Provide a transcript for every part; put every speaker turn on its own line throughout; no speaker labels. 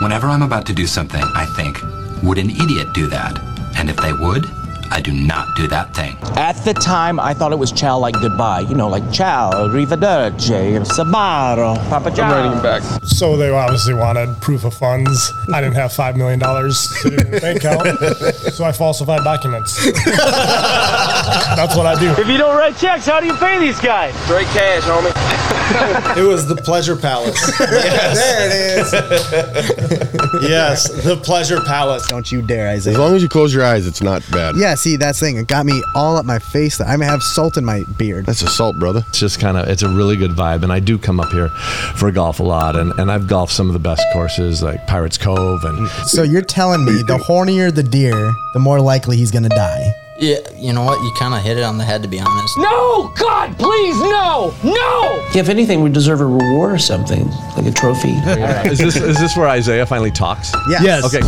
Whenever I'm about to do something, I think, would an idiot do that? And if they would, I do not do that thing.
At the time, I thought it was ciao like goodbye. You know, like ciao, arrivederci, sabaro, papa
I'm writing
Oh.
ciao.
it back.
So they obviously wanted proof of funds. I didn't have five million dollars sitting in the bank account, so I falsified documents. That's what I do.
If you don't write checks, how do you pay these guys?
Straight cash, homie.
It was the Pleasure Palace. There it is. yes, the Pleasure Palace.
Don't you dare, Isaiah.
As long as you close your eyes, it's not bad.
Yeah, see, that's the thing. It got me all up my face. I may have salt in my beard.
That's assault, brother.
It's just kind of, it's a really good vibe. And I do come up here for golf a lot. And, and I've golfed some of the best courses like Pirates Cove. And
So you're telling me the hornier the deer, the more likely he's gonna die.
Yeah, you know what? You kind of hit it on the head, to be honest.
No! God, please, no! No!
If anything, we deserve a reward or something, like a trophy.
Mm,
is, this, is this where Isaiah finally talks?
Yes.
Yes.
Okay.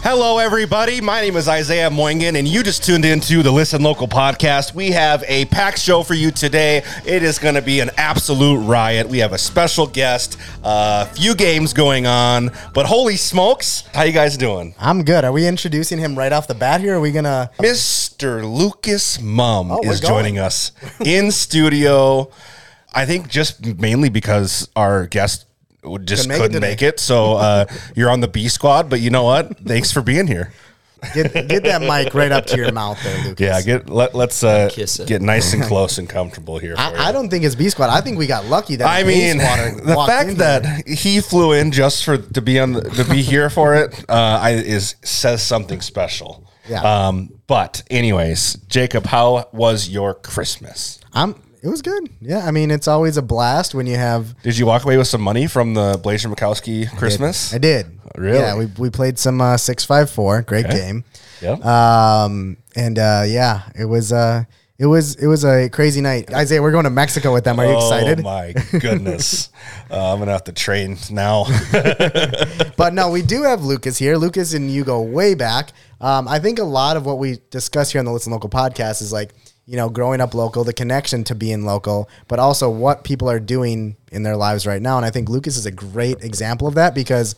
Hello, everybody. My name is Isaiah Moingen, and you just tuned into the Listen Local podcast. We have a packed show for you today. It is going to be an absolute riot. We have a special guest, a few games going on, but holy smokes, how you guys doing?
I'm good. Are we introducing him right off the bat here? Are we gonna?
Mr. Lucas Mum
Oh, we're
is
going.
joining us in studio. I think just mainly because our guest w- just
Couldn't make it
couldn't
today.
make it. So uh, you're on the B squad, but you know what? Thanks for being here.
Get, get that mic right up to your mouth there, Lucas.
Yeah, get let, let's uh,
Kiss it.
get nice and close and comfortable here. for you.
I, I don't think it's B squad. I think we got lucky that
I
B
mean,
squad
the
walked in
fact
here.
that he flew in just for to be on the, to be here for it uh, I, is says something special.
Yeah.
Um, but anyways, Jacob, how was your Christmas?
I'm. It was good. Yeah, I mean, it's always a blast when you have
Did you walk away with some money from the Blazer Mikowski Christmas?
I did.
Really?
Yeah, we, we played some uh, six five four. Great game.
Yep.
Um, and uh, yeah, it was uh, it was it was a crazy night. Isaiah, we're going to Mexico with them. Are you excited?
Oh my goodness! uh, I'm gonna have to train now.
But no, we do have Lucas here. Lucas and you go way back. Um, I think a lot of what we discuss here on the Listen Local podcast is like you know growing up local, the connection to being local, but also what people are doing in their lives right now. And I think Lucas is a great example of that because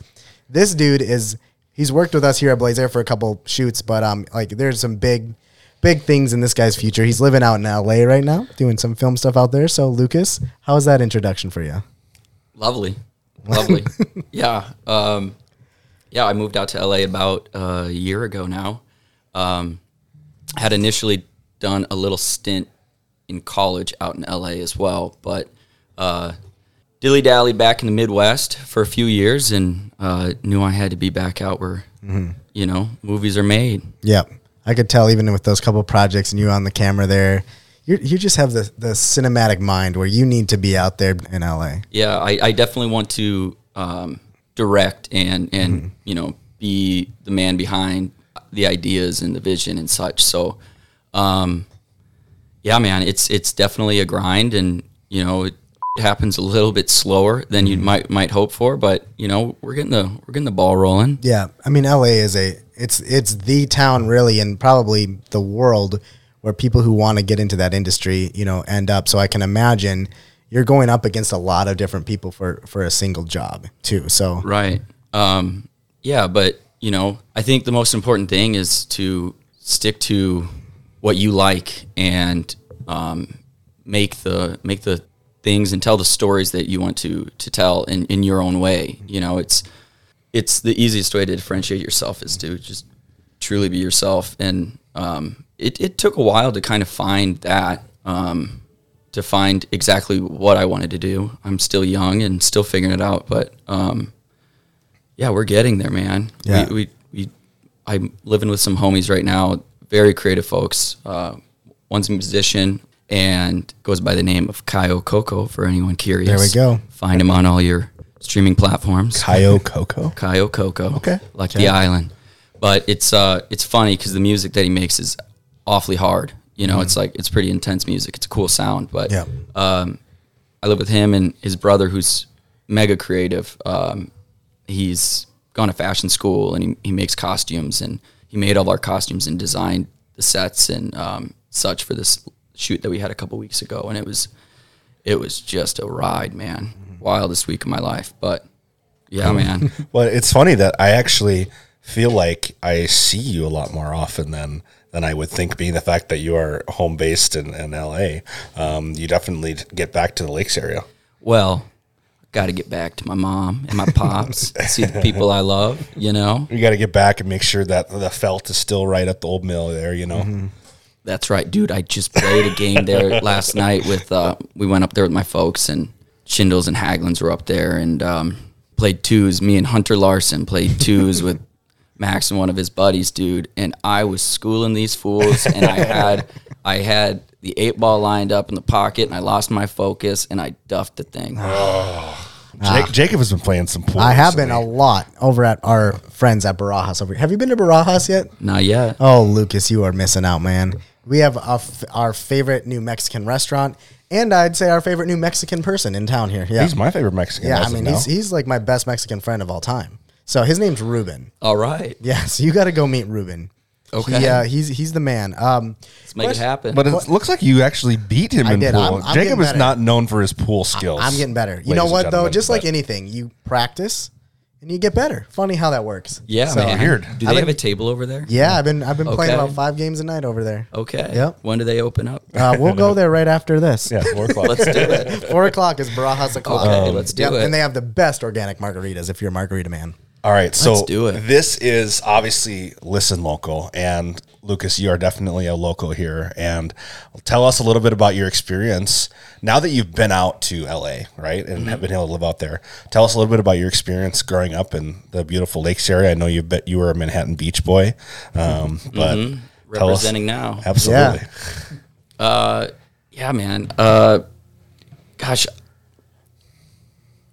this dude is he's worked with us here at Blazer for a couple shoots, but um, like there's some big. Big things in this guy's future. He's living out in LA right now, doing some film stuff out there. So, Lucas, how was that introduction for you?
Lovely, lovely. yeah, um, yeah. I moved out to LA about uh, a year ago now. Um, had initially done a little stint in college out in LA as well, but uh, dilly dally back in the Midwest for a few years, and uh, knew I had to be back out where you know movies are made.
Yep. I could tell even with those couple projects and you on the camera there, you you just have the, the cinematic mind where you need to be out there in LA.
yeah, I, I definitely want to um, direct and and you know be the man behind the ideas and the vision and such. So, um, yeah, man, it's it's definitely a grind, and you know it happens a little bit slower than you might might hope for, but you know we're getting the we're getting the ball rolling.
Yeah. I mean LA is a it's it's the town really and probably the world where people who want to get into that industry, you know, end up. So I can imagine you're going up against a lot of different people for for a single job too. So
Right. Um, yeah, but you know, I think the most important thing is to stick to what you like and um, make the make the things and tell the stories that you want to to tell in, in your own way. You know, it's it's the easiest way to differentiate yourself is to just truly be yourself. And um, it, it took a while to kind of find that, um, to find exactly what I wanted to do. I'm still young and still figuring it out, but um, yeah, we're getting there, man.
Yeah.
We, we, we, I'm living with some homies right now, very creative folks. Uh, one's a musician and goes by the name of Kaio Coco for anyone curious.
There we go.
Find him on all your streaming platforms.
Io Coco.
Cayo Coco.
Okay.
Like the island. But it's uh it's funny because the music that he makes is awfully hard. You know, it's like it's pretty intense music. It's a cool sound. But
Yeah.
um I live with him and his brother who's mega creative. Um he's gone to fashion school and he, he makes costumes and he made all of our costumes and designed the sets and um, such for this shoot that we had a couple weeks ago. And it was, it was just a ride, man.
Mm-hmm.
Wildest week of my life. But yeah, man.
Well, it's funny that I actually feel like I see you a lot more often than than I would think, being the fact that you are home based in, in LA. Um, you definitely get back to the lakes area.
Well, got to get back to my mom and my pops, see the people I love, you know?
You got to get back and make sure that the felt is still right at the old mill there. You know,
Mm-hmm.
That's right, dude. I just played a game there last night with. Uh, we went up there with my folks, and Shindles and Haglins were up there and um, played twos. Me and Hunter Larson played twos with Max and one of his buddies, dude. And I was schooling these fools, and I had I had the eight ball lined up in the pocket, and I lost my focus, and I duffed the thing.
Ja- Jacob has been playing some pool.
Ah. I have been a
recently.
lot over at our friends at Barajas over here. Have you been to Barajas yet?
Not yet.
Oh, Lucas, you are missing out, man. We have a f- our favorite new Mexican restaurant, and I'd say our favorite new Mexican person in town here. Yeah,
He's my favorite Mexican.
yeah.
as
I
of
mean,
now.
he's, he's like my best Mexican friend of all time. So his name's Ruben.
All right,
Yeah, so you got to go meet Ruben.
Okay.
yeah, he's he's the man. Um,
let's make it happen.
but it looks like you actually beat him
I
in
did.
pool.
I'm- I'm
Jacob
getting
is
better.
not known for his pool skills.
I'm getting better. You
ladies
know
and
what though?
gentlemen,
Just like
but-
anything, you practice and you get better. Funny how that works.
yeah,
So-
man.
Weird.
Do they have a table over there?
Yeah, I've been I've been playing
Okay.
about five games a night over there.
Okay.
Yep.
When do they open up?
Uh, we'll go there right after this.
Yeah, four o'clock.
Let's do it.
Four o'clock is Barajas o'clock.
Okay, let's do it.
And they have the best organic margaritas if you're a margarita man.
All right, so
Let's do it.
this is obviously listen local, and Lucas, you are definitely a local here. And tell us a little bit about your experience now that you've been out to LA, right, and
Mm-hmm.
have been able to live out there. Tell us a little bit about your experience growing up in the beautiful Lakes area. I know you bet you were a Manhattan Beach boy, um, but tell us-
Mm-hmm. Representing now.
absolutely.
Yeah, man. Uh, gosh,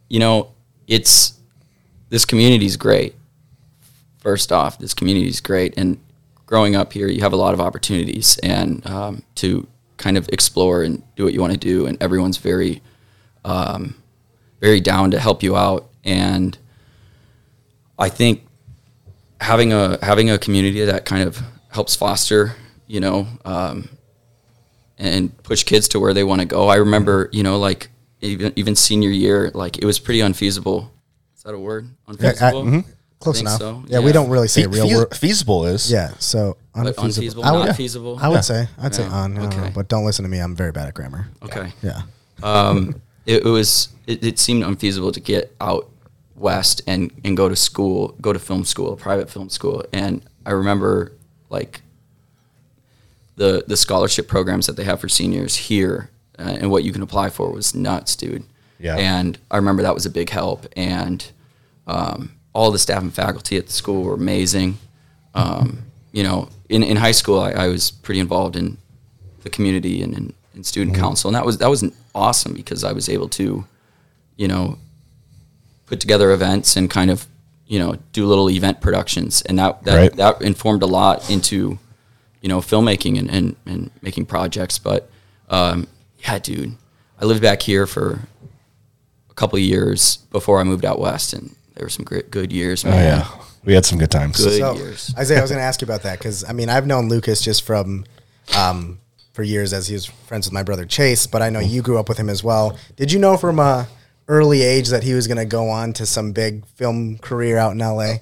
you know, it's this community's great. First off, this community's great, and growing up here, you have a lot of opportunities and um, to kind of explore and do what you want to do, and everyone's very, um, very down to help you out. And I think having a having a community that kind of helps foster, you know, um, and push kids to where they want to go. I remember, you know, like even even senior year, like it was pretty unfeasible. Is that a word? Unfeasible.
uh, mm-hmm. Close
Think
enough.
so,
Yeah,
yeah.
we don't really say
Fe-
real
feas-
word.
feasible is
Yeah, so unfeasible.
unfeasible,
I would,
not feasible?
I would
Yeah.
say I'd say
Yeah,
on. I don't know,
okay.
but don't listen to me. I'm very bad at grammar.
Okay.
Yeah.
It, it was it, it seemed unfeasible to get out west and and go to school, go to film school, private film school. And I remember like the the scholarship programs that they have for seniors here uh, and what you can apply for was nuts, dude.
Yeah.
And I remember that was a big help and um, all the staff and faculty at the school were amazing. Um, you know, in, in high school, I, I was pretty involved in the community and in, in student
Mm-hmm.
council, and that was that was awesome because I was able to, you know, put together events and kind of you know do little event productions, and that that,
Right.
that informed a lot into you know filmmaking and and, and making projects. But um, yeah, dude, I lived back here for a couple of years before I moved out west, and there were some great, good years, man.
Oh, yeah. We had some good times.
Good
So
years.
Isaiah, I was going to ask you about that because I mean I've known Lucas just from um, for years as he was friends with my brother Chase, but I know you grew up with him as well. Did you know from a early age that he was going to go on to some big film career out in LA?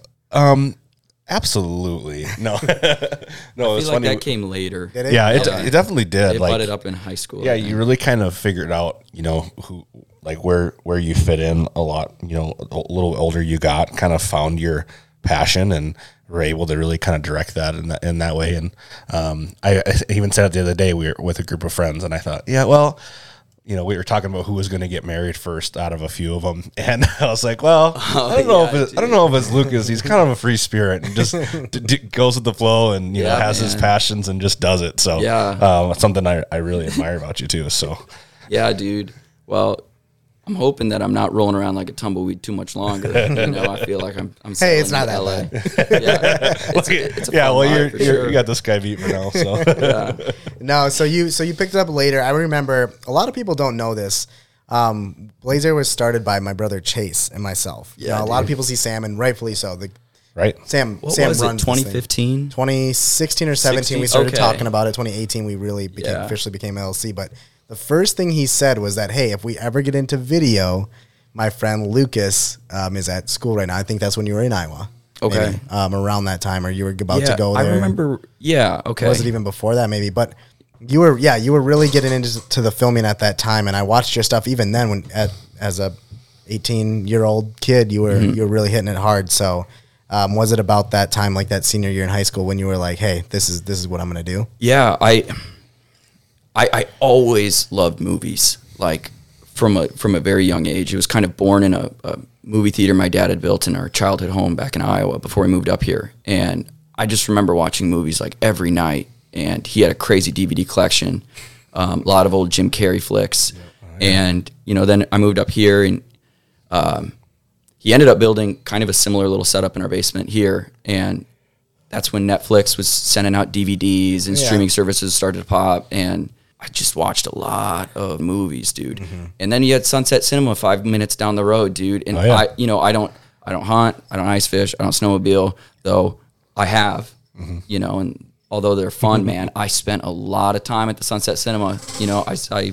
Absolutely. No, no, it
I
was
feel like
funny.
that came later. They
yeah, it, it definitely did. like
brought it up in high school.
Yeah,
I think.
you really kind of figured out, you know, who like where where you fit in a lot. You know, a little older you got, kind of found your passion and were able to really kind of direct that in that, in that way. And um, I, I even said it the other day. We were with a group of friends, and I thought, yeah, well. You know, we were talking about who was going to get married first out of a few of them, and I was like, "Well, I don't know
yeah,
if it's, I don't know if it's Lucas. He's kind of a free spirit and just d- d- goes with the flow, and you know
Yeah,
has his
man.
passions and just does it." So
Yeah.
um, it's something I, I really admire about you too. So
yeah, dude. Well, I'm hoping that I'm not rolling around like a tumbleweed too much longer. you know, I feel like I'm. I'm
Hey, it's
settling
not
in LA. yeah, it's, it's a
yeah, well
fun life
you're,
for
you're
sure.
you got this guy beat for now. So
No, so you so you picked it up later. I remember a lot of people don't know this. Um, Blazer was started by my brother Chase and myself. You
Yeah,
know, a lot of
dude.
people see Sam, and rightfully so. The
right?
Sam,
What
Sam
was it?
runs this thing.
2015.
2016 or 17 we
16?
started
Okay.
talking about it 2018 we really became,
Yeah.
officially became llc but the first thing he said was that hey if we ever get into video my friend lucas um, is at school right now i think that's when you were in iowa
Okay.
maybe, um, around that time or you were about
Yeah,
to go there
I remember. Yeah. Okay.
was it even before that maybe but you were yeah you were really getting into to the filming at that time and i watched your stuff even then when at, as a 18 year old kid you were
Mm-hmm.
you were really hitting it hard so um, was it about that time like that senior year in high school when you were like hey this is this is what i'm gonna do
yeah I, I i always loved movies like from a from a very young age it was kind of born in a, a movie theater my dad had built in our childhood home back in iowa before we moved up here and i just remember watching movies like every night and he had a crazy dvd collection um, a lot of old jim carrey flicks and you know then i moved up here and he ended up building kind of a similar little setup in our basement here and that's when netflix was sending out dvds and streaming services started to pop and i just watched a lot of movies dude and then you had sunset cinema five minutes down the road dude and i you know i don't i don't hunt i don't ice fish i don't snowmobile though i have you know and although they're fun man i spent a lot of time at the sunset cinema you know i i,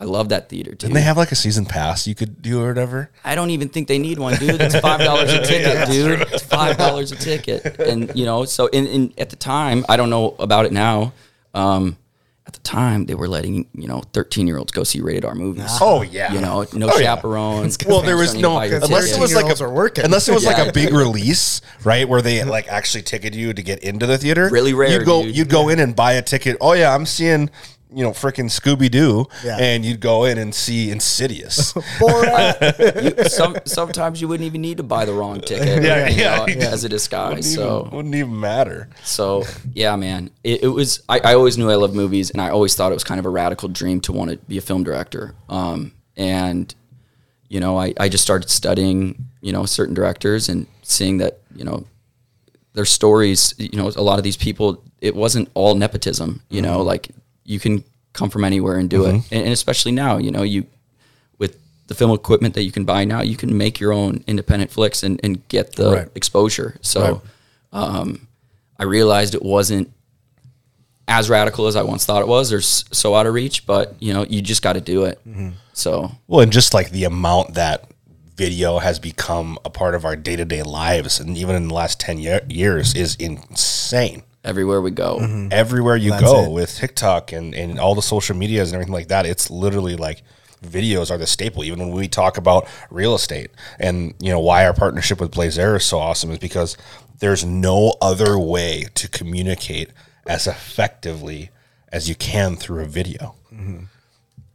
I love that theater dude
Didn't they have like a season pass you could do or whatever?
I don't even think they need one, dude. It's five dollars a ticket, dude. It's five dollars a ticket, and you know, so in, in at the time, I don't know about it now. Um, at the time, they were letting you know thirteen year olds go see rated R movies.
Oh, yeah.
you know, no
Oh, yeah.
chaperones.
Well, there was
parents don't
no
even buy your
unless it
ticket.
was like
13-year-olds
a
are working.
unless it was like
Yeah.
a big release, right, where they like actually ticketed you to get into the theater.
Really rare,
You'd go,
dude.
you'd go in and buy a ticket. Oh yeah, I'm seeing. You know, freaking Scooby Doo,
Yeah.
and you'd go in and see Insidious.
You- some, sometimes you wouldn't even need to buy the wrong ticket.
Yeah,
you
yeah,
know,
yeah.
as a disguise.
Wouldn't
so
even- wouldn't even matter.
So yeah, man, it, it was. I, I always knew I loved movies, and I always thought it was kind of a radical dream to want to be a film director. Um, and you know, I, I just started studying, you know, certain directors and seeing that you know their stories. You know, a lot of these people, it wasn't all nepotism. You know, like you can come from anywhere and do it, and, and especially now, you know, you with the film equipment that you can buy now, you can make your own independent flicks and, and get the
Right.
exposure. So um, I realized it wasn't as radical as I once thought it was or s- so out of reach, but you know, you just got to do it. So
Well, and just like the amount that video has become a part of our day to day lives, and even in the last 10 year- years, is insane.
everywhere we go,
Everywhere you go
it.
with TikTok and, and all the social medias and everything like that, it's literally like videos are the staple. Even when we talk about real estate and, you know, why our partnership with Blazer is so awesome is because there's no other way to communicate as effectively as you can through a video.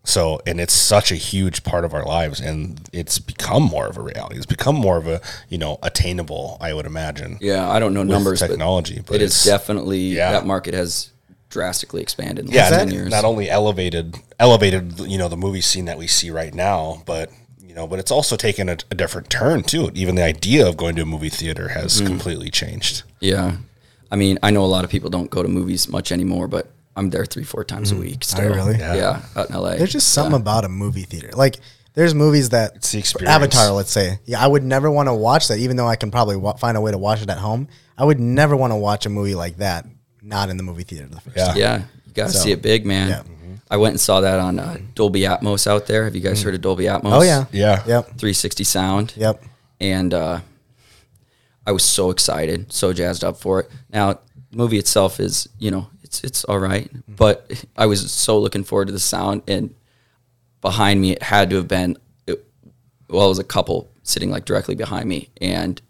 So, and it's such a huge part of our lives, and it's become more of a reality. It's become more of a you know attainable, I would imagine.
yeah, I don't know numbers,
technology,
but,
but
it
it's-
is definitely
yeah.
that market has drastically expanded in the
yeah.
last ten
and
years.
Not only elevated, elevated, you know, the movie scene that we see right now, but you know, but it's also taken a, a different turn too. Even the idea of going to a movie theater has completely changed.
yeah, I mean, I know a lot of people don't go to movies much anymore, but I'm there three, four times a week. Still.
really?
Yeah. out in LA.
There's just something about a movie theater. Like there's movies that
the experience.
Avatar, let's say. Yeah, I would never want to watch that, even though I can probably wa- find a way to watch it at home. I would never want to watch a movie like that not in the movie theater the first time.
Yeah, you gotta see it big, man.
uh, Yeah.
I went and saw that on uh, Dolby Atmos out there. Have you guys heard of Dolby Atmos?
Oh yeah.
Yeah.
Yep.
360 sound.
Yep.
And uh, I was so excited, so jazzed up for it. Now, the movie itself is, you know, it's it's all right, but I was so looking forward to the sound. And behind me, it had to have been, it, well, it was a couple sitting like directly behind me, and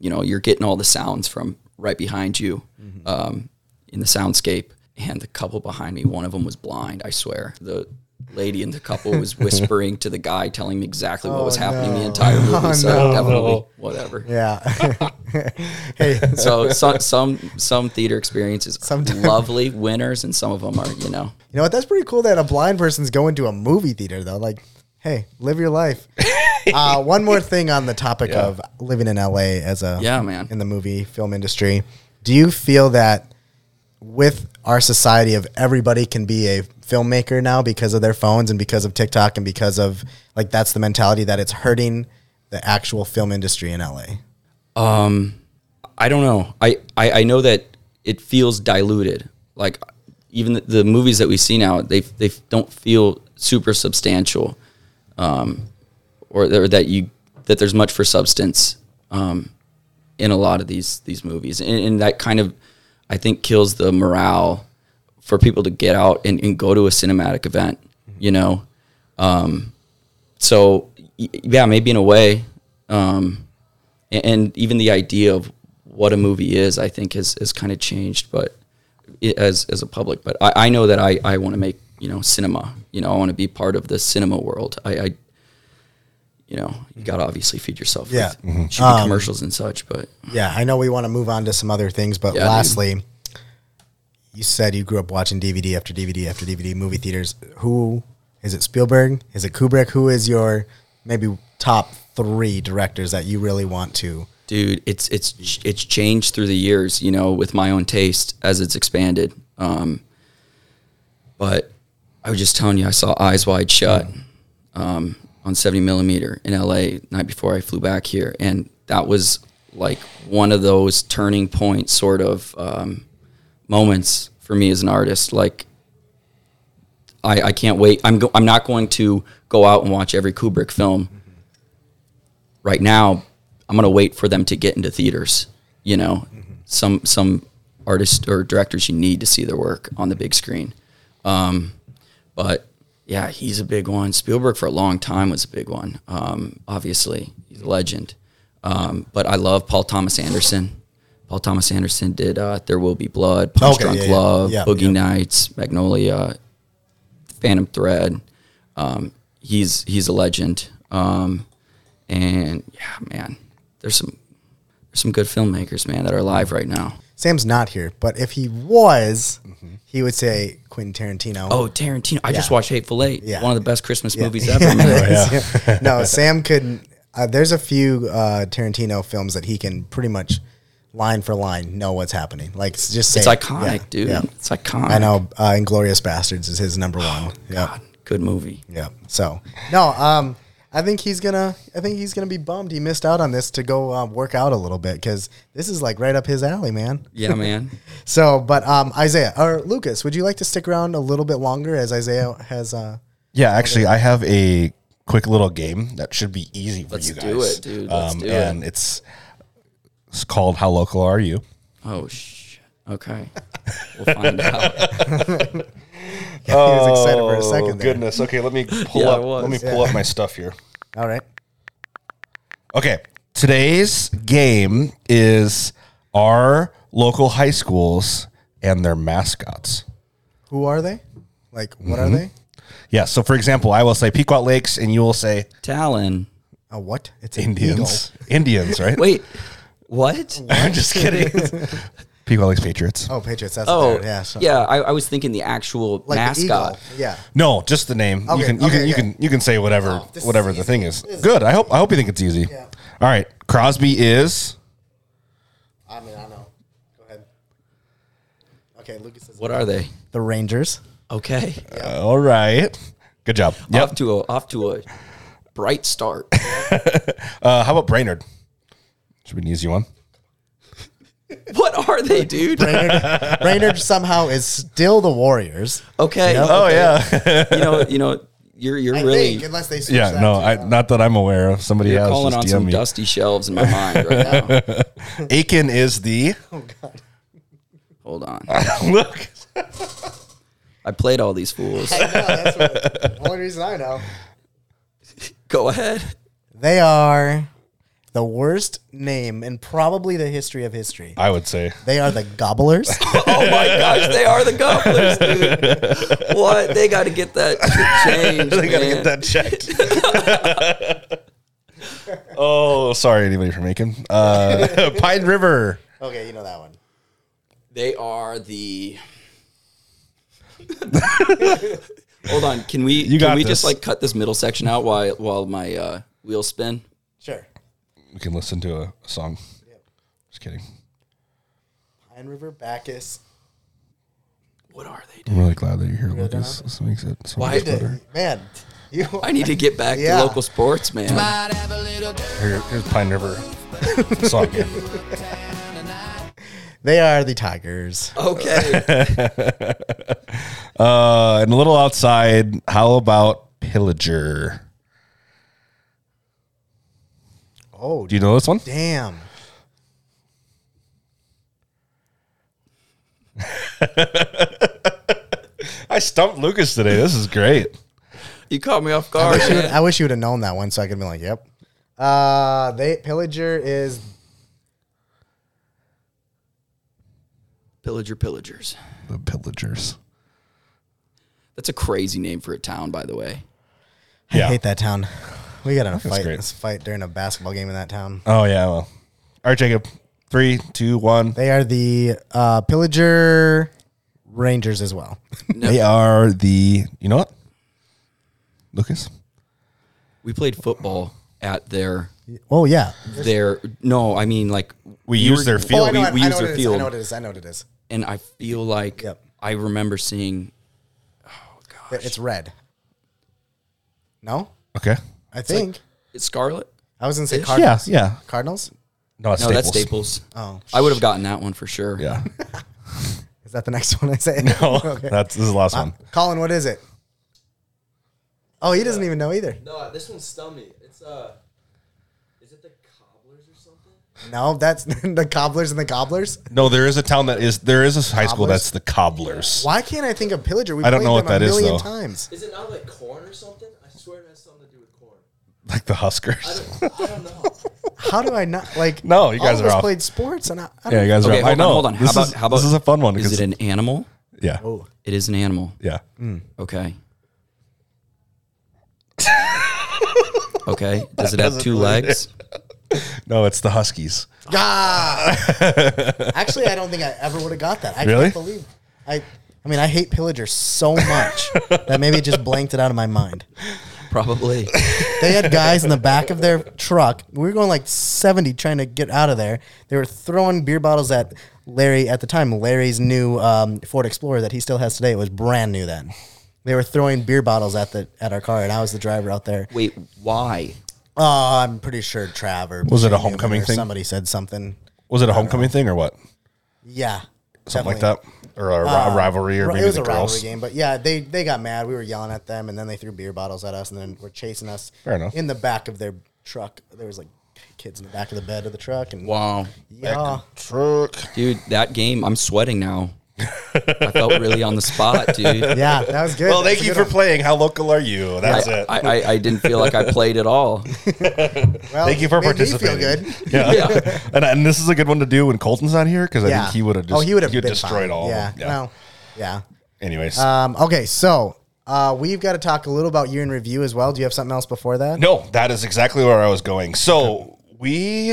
you know, you're getting all the sounds from right behind you um, in the soundscape. And the couple behind me, one of them was blind. I swear, the lady in the couple was whispering to the guy, telling him exactly what was happening the entire movie. so definitely, whatever.
Yeah. hey,
So some some some theater experiences are
Sometimes.
lovely winners, and some of them are you know
you know what? That's pretty cool that a blind person's going to a movie theater though. Like, hey, live your life. uh, one more thing on the topic of living in LA as a
Yeah, man.
in the movie film industry. Do you feel that with our society of everybody can be a filmmaker now because of their phones and because of TikTok and because of like that's the mentality that it's hurting the actual film industry in LA.
I don't know. I, I, I know that it feels diluted. Like even the, the movies that we see now, they they don't feel super substantial, um, or, or that you that there's much for substance um, in a lot of these these movies, and, and that kind of I think kills the morale for people to get out and, and go to a cinematic event. You know, um, so y- yeah, maybe in a way. Um, and, and even the idea of what a movie is, I think, has, has kind of changed, but i as as a public. But I, I know that I, I want to make you know cinema. You know, I want to be part of the cinema world. I, I you know, you got to obviously feed yourself.
Yeah.
with shitty commercials and such. But
Yeah, I know we want to move on to some other things, but
Yeah,
lastly, you said you grew up watching DVD after DVD after DVD movie theaters. Who is it? Spielberg? Is it Kubrick? Who is your maybe top three directors that you really want to?
dude it's it's it's changed through the years you know with my own taste as it's expanded um but i was just telling you i saw eyes wide shut um on 70 millimeter in la night before i flew back here and that was like one of those turning point sort of um moments for me as an artist like I, I can't wait. I'm go, I'm not going to go out and watch every Kubrick film right now I'm gonna wait for them to get into theaters. You know,
Mm-hmm.
some some artists or directors you need to see their work on the big screen. Um, but yeah, he's a big one. Spielberg for a long time was a big one. Um, obviously, he's a legend. Um, but I love Paul Thomas Anderson. Paul Thomas Anderson did uh, "There Will Be Blood," "Punch
Okay,
Drunk
yeah, yeah.
Love,"
Yeah,
"Boogie
yeah.
Nights," "Magnolia," "Phantom Thread." Um, he's he's a legend. Um, and yeah, man, there's some there's some good filmmakers, man, that are alive right now.
Sam's not here, but if he was, he would say Quentin Tarantino.
Mm-hmm. Oh, Tarantino! I just watched Hateful Eight,
Yeah.
one of the best Christmas movies ever. Man.
no, Sam could. Uh, there's a few uh, Tarantino films that he can pretty much line for line know what's happening. Like s- just say
It's
it.
iconic,
Yeah,
dude.
yeah.
It's iconic.
I know. Uh, Inglorious Bastards is his number
Oh,
one. yeah,
Good movie.
yeah. So no, um, I think he's gonna. I think he's gonna be bummed he missed out on this to go uh, work out a little bit because this is like right up his alley, man.
Yeah, man.
So, but um, Isaiah or Lucas, would you like to stick around a little bit longer as Isaiah has? Uh,
Yeah, actually, I have a quick little game that should be easy for
Let's
you guys. Um,
do it, dude. Let's do it.
And it's, it's called How Local Are You?
Oh shit. Okay. We'll find out.
he was excited for a second there.
Oh, goodness. Okay, let me pull
Yeah, I
up.
was.
Let me pull up my stuff here.
All right.
Okay, today's game is our local high schools and their mascots.
Who are they? Like, what
Mm-hmm.
are they?
Yeah. So, for example, I will say Pequot Lakes, and you will say
Talon.
A what? It's an
Indians. Indians, right?
Wait. What?
I'm just kidding. Pequot Lakes Patriots.
eagle. Oh, Patriots. That's
Oh,
oh,
yeah.
yeah. so-
I, I was thinking the actual
Like the
mascot.
eagle. Yeah.
No, just the name.
Okay,
you can you
okay,
can you
okay.
can you can say whatever
this is
whatever the
easy.
thing is.
This is
Good. I hope I hope you think it's easy.
Yeah.
All right. Crosby is
I mean, I know. Go ahead. Okay, Lucas. Says
What are they?
the Rangers?
Okay.
uh, all right. Good job.
Uh,
Off
Yep.
to a off to a bright start.
Uh, how about Brainerd? Should be an easy one.
what are they, dude?
Brainerd, Brainerd somehow is still the Warriors.
Okay.
Oh yeah.
you know, you know, you're you're
I
really
think, unless they switch
yeah.
that
No.
to,
I,
uh,
not that I'm aware of. Somebody
you're
has
calling
just DM
on some
me.
dusty shelves in my mind right now.
Aiken is the
Hold on,
look.
I played all these fools.
only reason I know.
Go ahead.
They are the worst name in probably the history of history.
I would say.
They are the Gobblers.
Oh my gosh, they are the gobblers, dude. What? They got to get that shit changed.
They gotta
man.
get that checked. oh, sorry, anybody from Aiken. Uh, Pine River.
okay, you know that one.
They are the. Hold on. Can we?
You
can
got
we
this.
just like cut this middle section out while while my uh, wheels spin?
Sure.
We can listen to a song. Just kidding.
Pine River Bacchus.
what are they? Doing?
I'm really glad that you're here, Lucas. This makes it so
Why
much
did-
better.
Man, you
I need to get back
Yeah.
to local sports, man.
Here- here's Pine River song again.
They are the Tigers.
Okay.
Uh, and a little outside, how about Pillager?
Oh,
Do you know this one?
damn.
I stumped Lucas today. This is great.
You caught me off guard.
Wish you would-
man.
I wish you would have known that one so I could be like, yep. Uh, they Pillager is
Pillager Pillagers.
The Pillagers.
That's a crazy name for a town, by the way.
I hate that town. We got in a fight.
great.
This fight during a basketball game in that town.
Oh yeah. Well, all right, Jacob. Three, two, one.
They are the uh, Pillager Rangers as well.
They are the. You know what? Lucas.
We played
Oh.
football at their
Oh yeah.
their no, I mean like Oh,
We
used
used their field.
we, we used
know
their
what it is. Oh, I
field,
know what it is. I know what it is.
and I feel like
Yep.
I remember seeing oh,
It's red. No,
Okay.
I think
it's Scarlet.
I was gonna say
Yeah.
Ish?
Cardinals.
Yeah.
Cardinals.
No, it's
No,
Staples.
that's Staples.
Oh.
I would have gotten that one for sure.
Yeah.
Is that the next one I say?
No, um, that's this is the last
Uh,
one.
Colin, what is it? Oh, he doesn't even know either.
No, Uh, this one's stummy. It's uh, is it the cobblers or something?
No, that's the cobblers and the gobblers.
No, there is a town that is there is a high school
Cobblers?
that's the Cobblers.
Why can't I think of Pillager? We
I don't
played
know what
them a
that is,
million
though.
times.
Is it not like corn or something? I swear it has something to do with corn.
Like the Huskers.
I don't know.
How do I not like?
No, you
all
guys
of
are
us
off.
played sports, and I, I
Yeah,
don't,
you guys are.
Okay,
right. I
hold
know.
on, hold on. How
This
about
is-
how about
this is a fun one?
Is
because-
it an animal?
Yeah.
Oh.
It is an animal.
Yeah.
Hmm.
Okay. okay. Does it have
doesn't
two
really-
legs?
No, it's the Huskies.
Ah! Actually, I don't think I ever would have got that. I
Really?
can't believe. I, I mean, I hate Pillager so much that maybe it just blanked it out of my mind.
Probably.
They had guys in the back of their truck. We were going like seventy, trying to get out of there. They were throwing beer bottles at Larry at the time. Larry's new um, Ford Explorer that he still has today it was brand new then. They were throwing beer bottles at the at our car, and I was the driver out there.
Wait, why?
Oh, I'm pretty sure Trav or
Was it a
Shane Newman
homecoming
or
thing?
Somebody said something.
Was it a homecoming thing or what?
Yeah,
Something
definitely. Uh,
like that, or a ri- rivalry, or
Ri-
maybe
it was
the
a rivalry
girls.
game, but yeah, they they got mad. We were yelling at them, and then they threw beer bottles at us, and then were chasing us.
Fair enough.
In the back of their truck, there was like kids in the back of the bed of the truck, and
Wow.
yeah,
Truck.
Dude, that game, I'm sweating now. I felt really on the spot, dude.
yeah, that was good.
Well,
That's
thank
a
you
good
for
one.
playing. How local are you? That's
I,
it.
I, I, I didn't feel like I played at all.
Well,
thank you for
made me feel
participating.
good.
Yeah, and, and this is a good one to do when Colton's not here because I think he would have.
oh, he would have
he
been
destroyed
fine.
all.
Yeah,
of them.
yeah. Well, yeah.
Anyways,
Um, okay, so uh, we've got to talk a little about year in review as well. Do you have something else before that?
no, that is exactly where I was going. So we,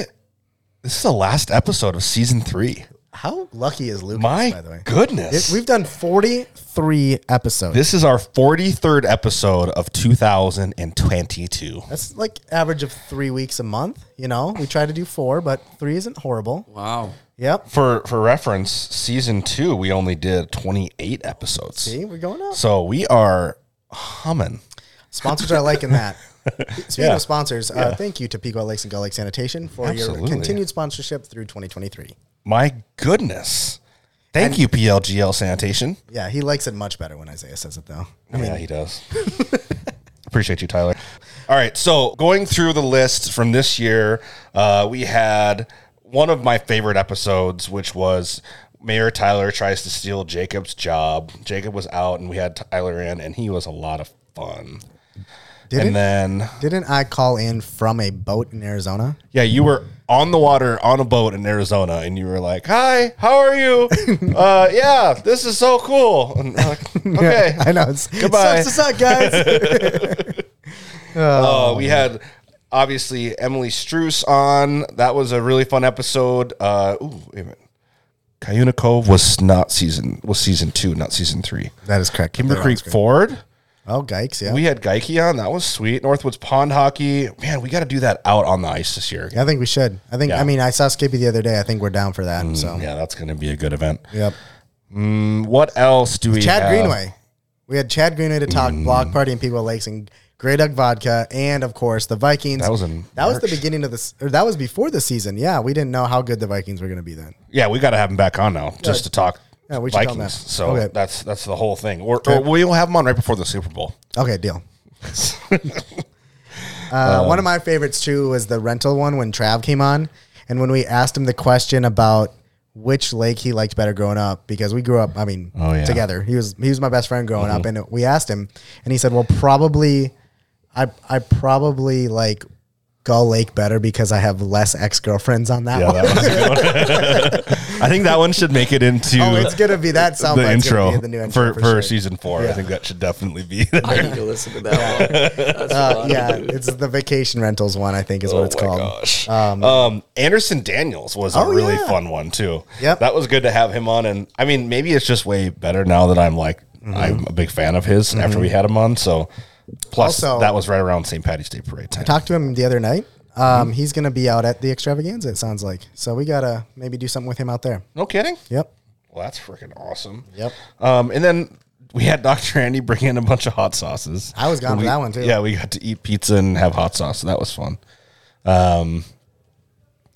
this is the last episode of season three.
How lucky is Lucas?
My
by the way,
goodness,
It- we've done forty-three episodes.
this is our forty-third episode of two thousand and twenty-two.
That's like average of three weeks a month. You know, we try to do four, but three isn't horrible.
Wow.
Yep.
For for reference, season two we only did twenty-eight episodes.
See, we're going up.
So we are humming.
Sponsors are liking that. Speaking
Yeah.
of sponsors, uh, thank you to Pequot Lakes and Gull Lake Sanitation for your
Absolutely.
continued sponsorship through 2023.
My goodness. Thank you, PLGL Sanitation.
Yeah, he likes it much better when Isaiah says it, though.
yeah, he does. Appreciate you, Tyler. All right, so going through the list from this year, uh, we had one of my favorite episodes, which was Mayor Tyler tries to steal Jacob's job. Jacob was out, and we had Tyler in, and he was a lot of fun.
Didn't,
and then,
didn't I call in from a boat in Arizona?
yeah, you were on the water on a boat in Arizona, and you were like, "Hi, how are you? uh, yeah, this is so cool." And we're like, okay,
I know. It's,
Goodbye.
Sucks to suck, guys.
Uh, we had obviously Emily Struess on. That was a really fun episode. Uh, ooh, wait a minute. Cuyuna Cove was not season was season two, not season three.
that is correct.
Kimber
They're on
Creek
screen.
Ford.
Oh, Gikes. Yeah.
We had Geike on. That was sweet. Northwoods Pond Hockey. Man, we got to do that out on the ice this year.
I think we should. I think.
Yeah. Mm,
I mean, I saw Skippy the other day. I think we're down for that. so.
Yeah, that's going to be a good event.
Yep.
Mm, what else do we
Chad
have? Mm-hmm.
Greenway. We had Chad Greenway to talk block party in Pequot Lakes and Grey Duck vodka, and of course the Vikings.
That was in
that was the
March.
beginning of this, or that was before the season. Yeah, we didn't know how good the Vikings were going to be then.
Yeah, we got to have him back on now just to talk
Yeah, we should tell him
Vikings.
that.
So
Okay.
that's that's the whole thing. Or, or we'll have him on right before the Super Bowl.
Okay, deal. uh, one
Um,
of my favorites too was the rental one when Trav came on, and when we asked him the question about which lake he liked better growing up because we grew up, I mean,
Oh, yeah. Mm-hmm.
together. He was he was my best friend growing up, and we asked him, and he said, "Well, probably, I I probably like." Gull Lake better because I have less ex girlfriends on that one.
I think that one should make it into
Oh, it's gonna be that sound
the
bite's gonna
intro,
be the new intro
for,
for
for,
sure.
season four. I
Yeah.
think that should definitely be.
I need to listen to that one. That's
Uh,
fun.
yeah, it's the vacation rentals one. I think is what
Oh
it's called.
Um, Anderson Daniels was a
Oh,
really
yeah.
fun one too.
Yep.
that was good to have him on. And I mean, maybe it's just way better now that I'm like
Mm-hmm.
I'm a big fan of his after we had him on. So, plus
Also-
that was right around St. Patty's Day parade
I
time.
talked to him the other night. Um, He's going to be out at the extravaganza, it sounds like. So we got to maybe do something with him out there.
No kidding.
Yep.
Well, that's freaking awesome.
Yep.
Um, and then we had Dr. Andy bring in a bunch of hot sauces.
I was gone
We-
for that one, too.
Yeah, we got to eat pizza and have hot sauce. So that was fun. Um,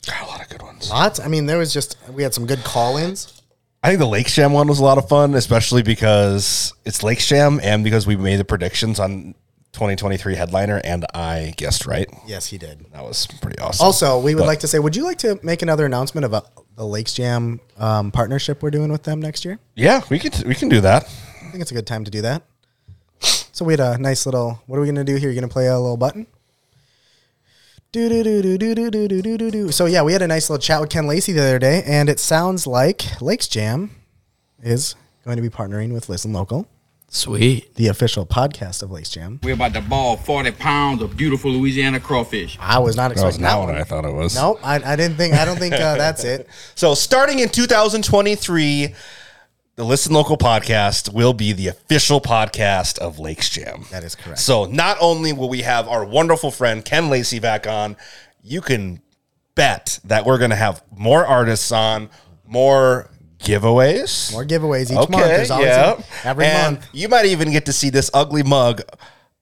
got a lot of good ones.
Lots. I mean, there was just, we had some good call ins.
I think the Lake Sham one was a lot of fun, especially because it's Lake Sham and because we made the predictions on 2023 headliner and I guessed right.
Yes, he did.
That was pretty awesome.
Also, we would
But-
like to say, would you like to make another announcement about the Lakes Jam um, partnership we're doing with them next year?
yeah, we could we can do that.
I think it's a good time to do that. So we had a nice little, what are we going to do here? You're going to play a little button? Do do do do do do do do do do do. So yeah, we had a nice little chat with Ken Lacey the other day, and it sounds like Lakes Jam is going to be partnering with Listen Local,
Sweet.
the official podcast of Lakes Jam.
We're about to ball 40 pounds of beautiful Louisiana crawfish.
I was not
That was
expecting that,
not
one.
what I thought it was.
Nope, I, I didn't think. I don't think uh, that's it.
So starting in 2023, the Listen Local podcast will be the official podcast of Lakes Jam.
That is correct.
So not only will we have our wonderful friend Ken Lacey back on, you can bet that we're going to have more artists on, more giveaways.
More giveaways each month. There's always
yep.
a- every
And
month.
You might even get to see this ugly mug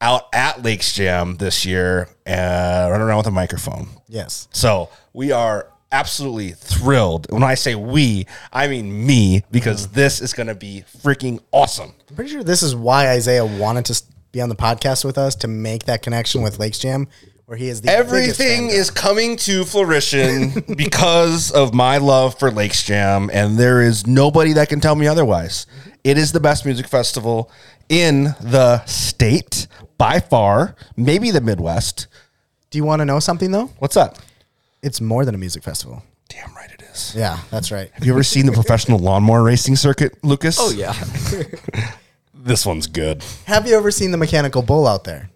out at Lakes Jam this year, uh, running around with a microphone.
Yes,
So we are absolutely thrilled. When I say we, I mean me, because this is going to be freaking awesome.
I'm pretty sure this is why Isaiah wanted to s- be on the podcast with us to make that connection with Lakes Jam, where he is the biggest fan
Everything
guy.
is coming to fruition because of my love for Lakes Jam, and there is nobody that can tell me otherwise. It is the best music festival in the state by far, maybe the Midwest.
Do you want to know something though?
What's that?
It's more than a music festival.
Damn right it is.
Yeah, that's right.
Have you ever seen the professional lawnmower racing circuit, Lucas?
Oh yeah.
This one's good.
Have you ever seen the mechanical bull out there?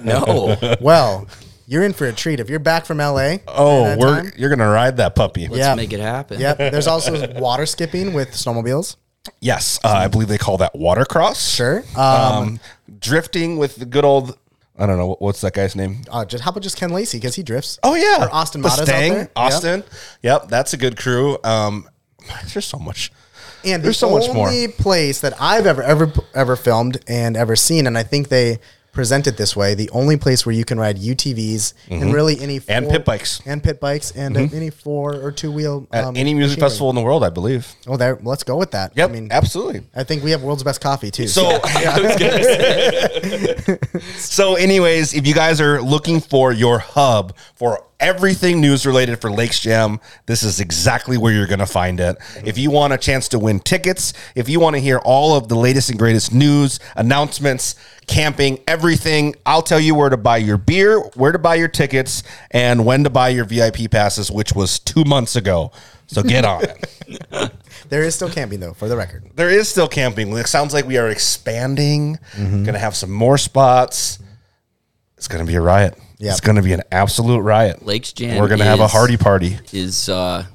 No. Let's
Well, you're in for a treat if you're back from LA.
Oh,
that
we're
time?
you're gonna ride that puppy.
Yeah.
make it happen.
Yep. There's also water skipping with snowmobiles.
Yes, uh, I believe they call that water cross.
Sure. Um,
Um, drifting with the good old. I don't know what's that guy's name.
uh, just how about just Ken Lacey because he drifts.
Oh yeah,
Or Austin
The
Mata's out
Stang,
there. Yep.
Austin. Yep. that's a good crew. Um, there's so much.
And
There's
the
so much more.
only place that I've ever ever ever filmed and ever seen, and I think they present it this way: the only place where you can ride UTVs and really any
Mm-hmm. And pit bikes. Mm-hmm.
and pit bikes and uh, any four or two wheel um,
At any music festival in the world, I believe.
Oh, there. Let's go with that.
Yep,
I mean,
absolutely.
I think we have world's best coffee too.
So, so, anyways, if you guys are looking for your hub for everything news related for Lakes Jam, this is exactly where you're going to find it. If you want a chance to win tickets, if you want to hear all of the latest and greatest news, announcements, camping, everything, I'll tell you where to buy your beer, where to buy your tickets, and when to buy your VIP passes, which was two months ago. So get on it.
there is still camping though, for the record.
there is still camping. It sounds like we are expanding. Gonna have some more spots. It's gonna be a riot.
Yeah.
It's gonna be an absolute riot.
Lakes Jam
We're gonna have a
is-
hardy party.
Is uh,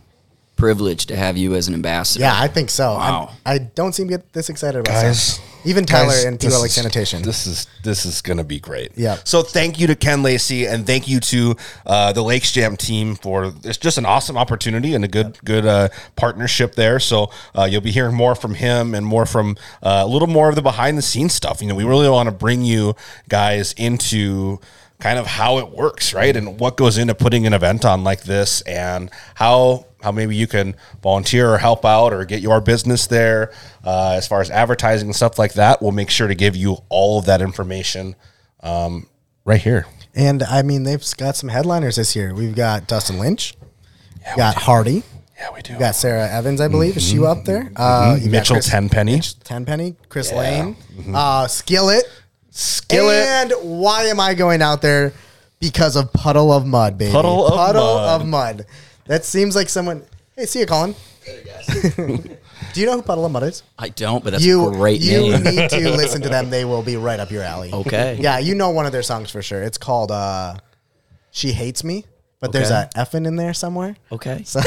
privileged to have you as an ambassador.
Yeah, I think so. I'm-
Wow.
I don't seem to get this excited about
Guys,
Even Tyler
Guys,
and
this
people like
is-
sanitation.
This is this is gonna be great.
Yeah.
So thank you to Ken Lacey and thank you to uh, the Lakes Jam team for it's just an awesome opportunity and a good good uh, partnership there. So uh, you'll be hearing more from him and more from uh, a little more of the behind the scenes stuff. You know, we really want to bring you guys into kind of how it works, right? And what goes into putting an event on like this and how how maybe you can volunteer or help out or get your business there uh, as far as advertising and stuff like that. We'll make sure to give you all of that information um, right here.
And I mean, they've got some headliners this year. We've got Dustin Lynch, we got Hardy.
Yeah, we do.
We got Sarah Evans, I believe. Is she
Mhm.
up there? Uh,
Mhm.
you got
Mitchell
Chris
Tenpenny.
Tenpenny, Chris
Yeah.
Lane, uh, Skillet,
Skillet.
and why am I going out there? Because of puddle of mud, baby.
Puddle of
of
Mud.
mud. That seems like someone. Hey, see you, Colin. Do you know who Puddle of Mud is?
I don't, but that's
you,
a great
you
name.
need to listen to them. They will be right up your alley.
Okay.
Yeah, you know one of their songs for sure. It's called uh, "She Hates Me," but there's
Okay.
a effing in there somewhere.
Okay.
So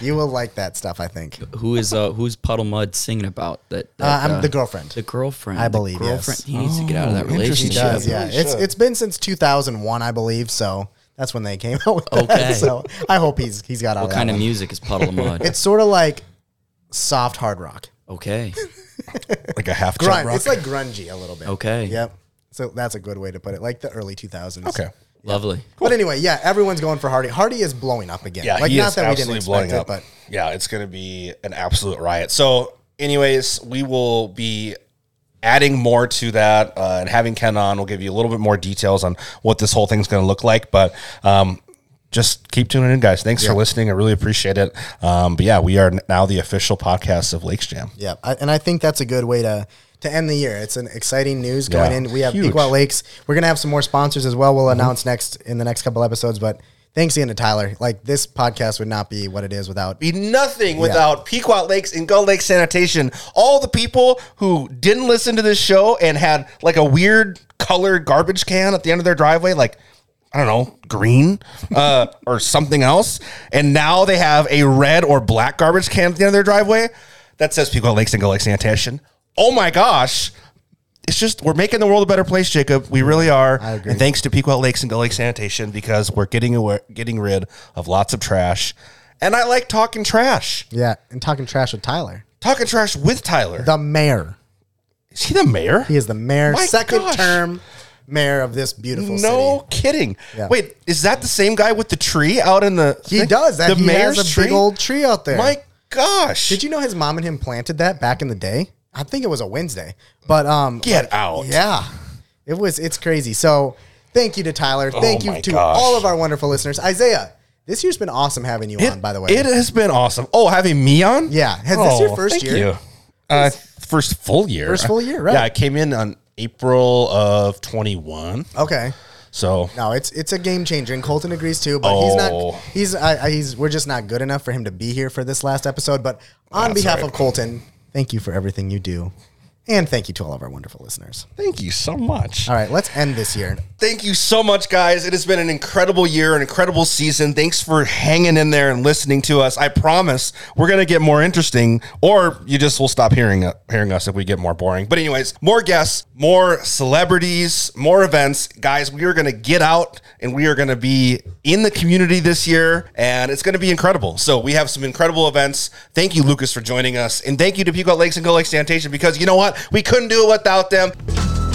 you will like that stuff, I think.
Who is uh, who's Puddle Mud singing about that? that,
Uh, I'm the girlfriend.
The girlfriend.
I
the
believe, yes.
girlfriend. He needs to get out of that
Oh, interesting.
relationship.
He does, yeah. It's it's been since 2001, I believe. So that's when they came out with that.
Okay.
So I hope he's he's got out.
What
that
kind of
one.
music is Puddle of Mud?
It's sort of like soft hard rock,
okay.
like a half
grunge.
rock.
It's like grungy a little bit.
Okay.
Yep. So that's a good way to put it, like the early 2000s.
Okay.
Lovely.
But anyway, yeah, everyone's going for Hardy. Hardy is blowing up again.
Yeah,
like
he
not
is
that we
absolutely
didn't expect
blowing
it,
up.
but
yeah, it's going to be an absolute riot. So, anyways, we will be adding more to that uh, and having Ken on. We'll give you a little bit more details on what this whole thing's going to look like, but. Um, just keep tuning in, guys. Thanks
Yeah.
for listening. I really appreciate it. Um, but yeah, we are n- now the official podcast of Lakes Jam.
Yeah, I, and I think that's a good way to to end the year. It's an exciting news going
Yeah.
in. We have
Huge. Mm-hmm.
Pequot Lakes. We're gonna have some more sponsors as well. We'll announce next in the next couple episodes. But thanks again to Tyler. Like this podcast would not be what it is without.
be nothing without Pequot Lakes and Gull Lake Sanitation. All the people who didn't listen to this show and had like a weird colored garbage can at the end of their driveway, like I don't know, green uh, or something else, and now they have a red or black garbage can at the end of their driveway that says Pequot Lakes and Gull Lake Sanitation. Oh my gosh! It's just we're making the world a better place, Jacob. We really are.
I agree.
And thanks to Pequot Lakes and Gull Lake Sanitation because we're getting away, getting rid of lots of trash. And I like talking trash.
Yeah, and talking trash with Tyler,
Talking trash with Tyler.
the mayor.
is he the mayor?
He is the mayor,
My
second
gosh.
term mayor of this beautiful
no
city.
kidding.
Yeah.
Wait, is that the same guy with the tree out in the?
He
thing?
does that.
The
he
mayor's
has a
tree.
big old tree out there.
My gosh!
Did you know his mom and him planted that back in the day? I think it was a Wednesday, but um,
get out?
Yeah. It was it's crazy. So thank you to Tyler. Thank you
Oh my
to
gosh.
all of our wonderful listeners. Isaiah, this year's been awesome having you on, by the way.
it has been awesome. Oh, having me on? Oh,
Yeah. Has this your first
thank
year?
you. Uh, first full year.
First full year, right.
Yeah, I came in on April of twenty one.
Okay.
So
No, it's it's a game changer, and Colton agrees too. But he's
Oh.
not. He's I, I, he's we're just not good enough for him to be here for this last episode. But on behalf of Colton, thank you for everything you do, and thank you to all of our wonderful listeners.
thank you so much.
All right, let's end this year.
Thank you so much, guys. It has been an incredible year, an incredible season. Thanks for hanging in there and listening to us. I promise we're going to get more interesting, or you just will stop hearing hearing us if we get more boring. But anyways, more guests, more celebrities, more events, guys. We are going to get out and we are going to be in the community this year, and it's going to be incredible. So we have some incredible events. Thank you, Lucas, for joining us, and thank you to Pequot Lakes and Go Lake Sanitation because you know what, we couldn't do it without them.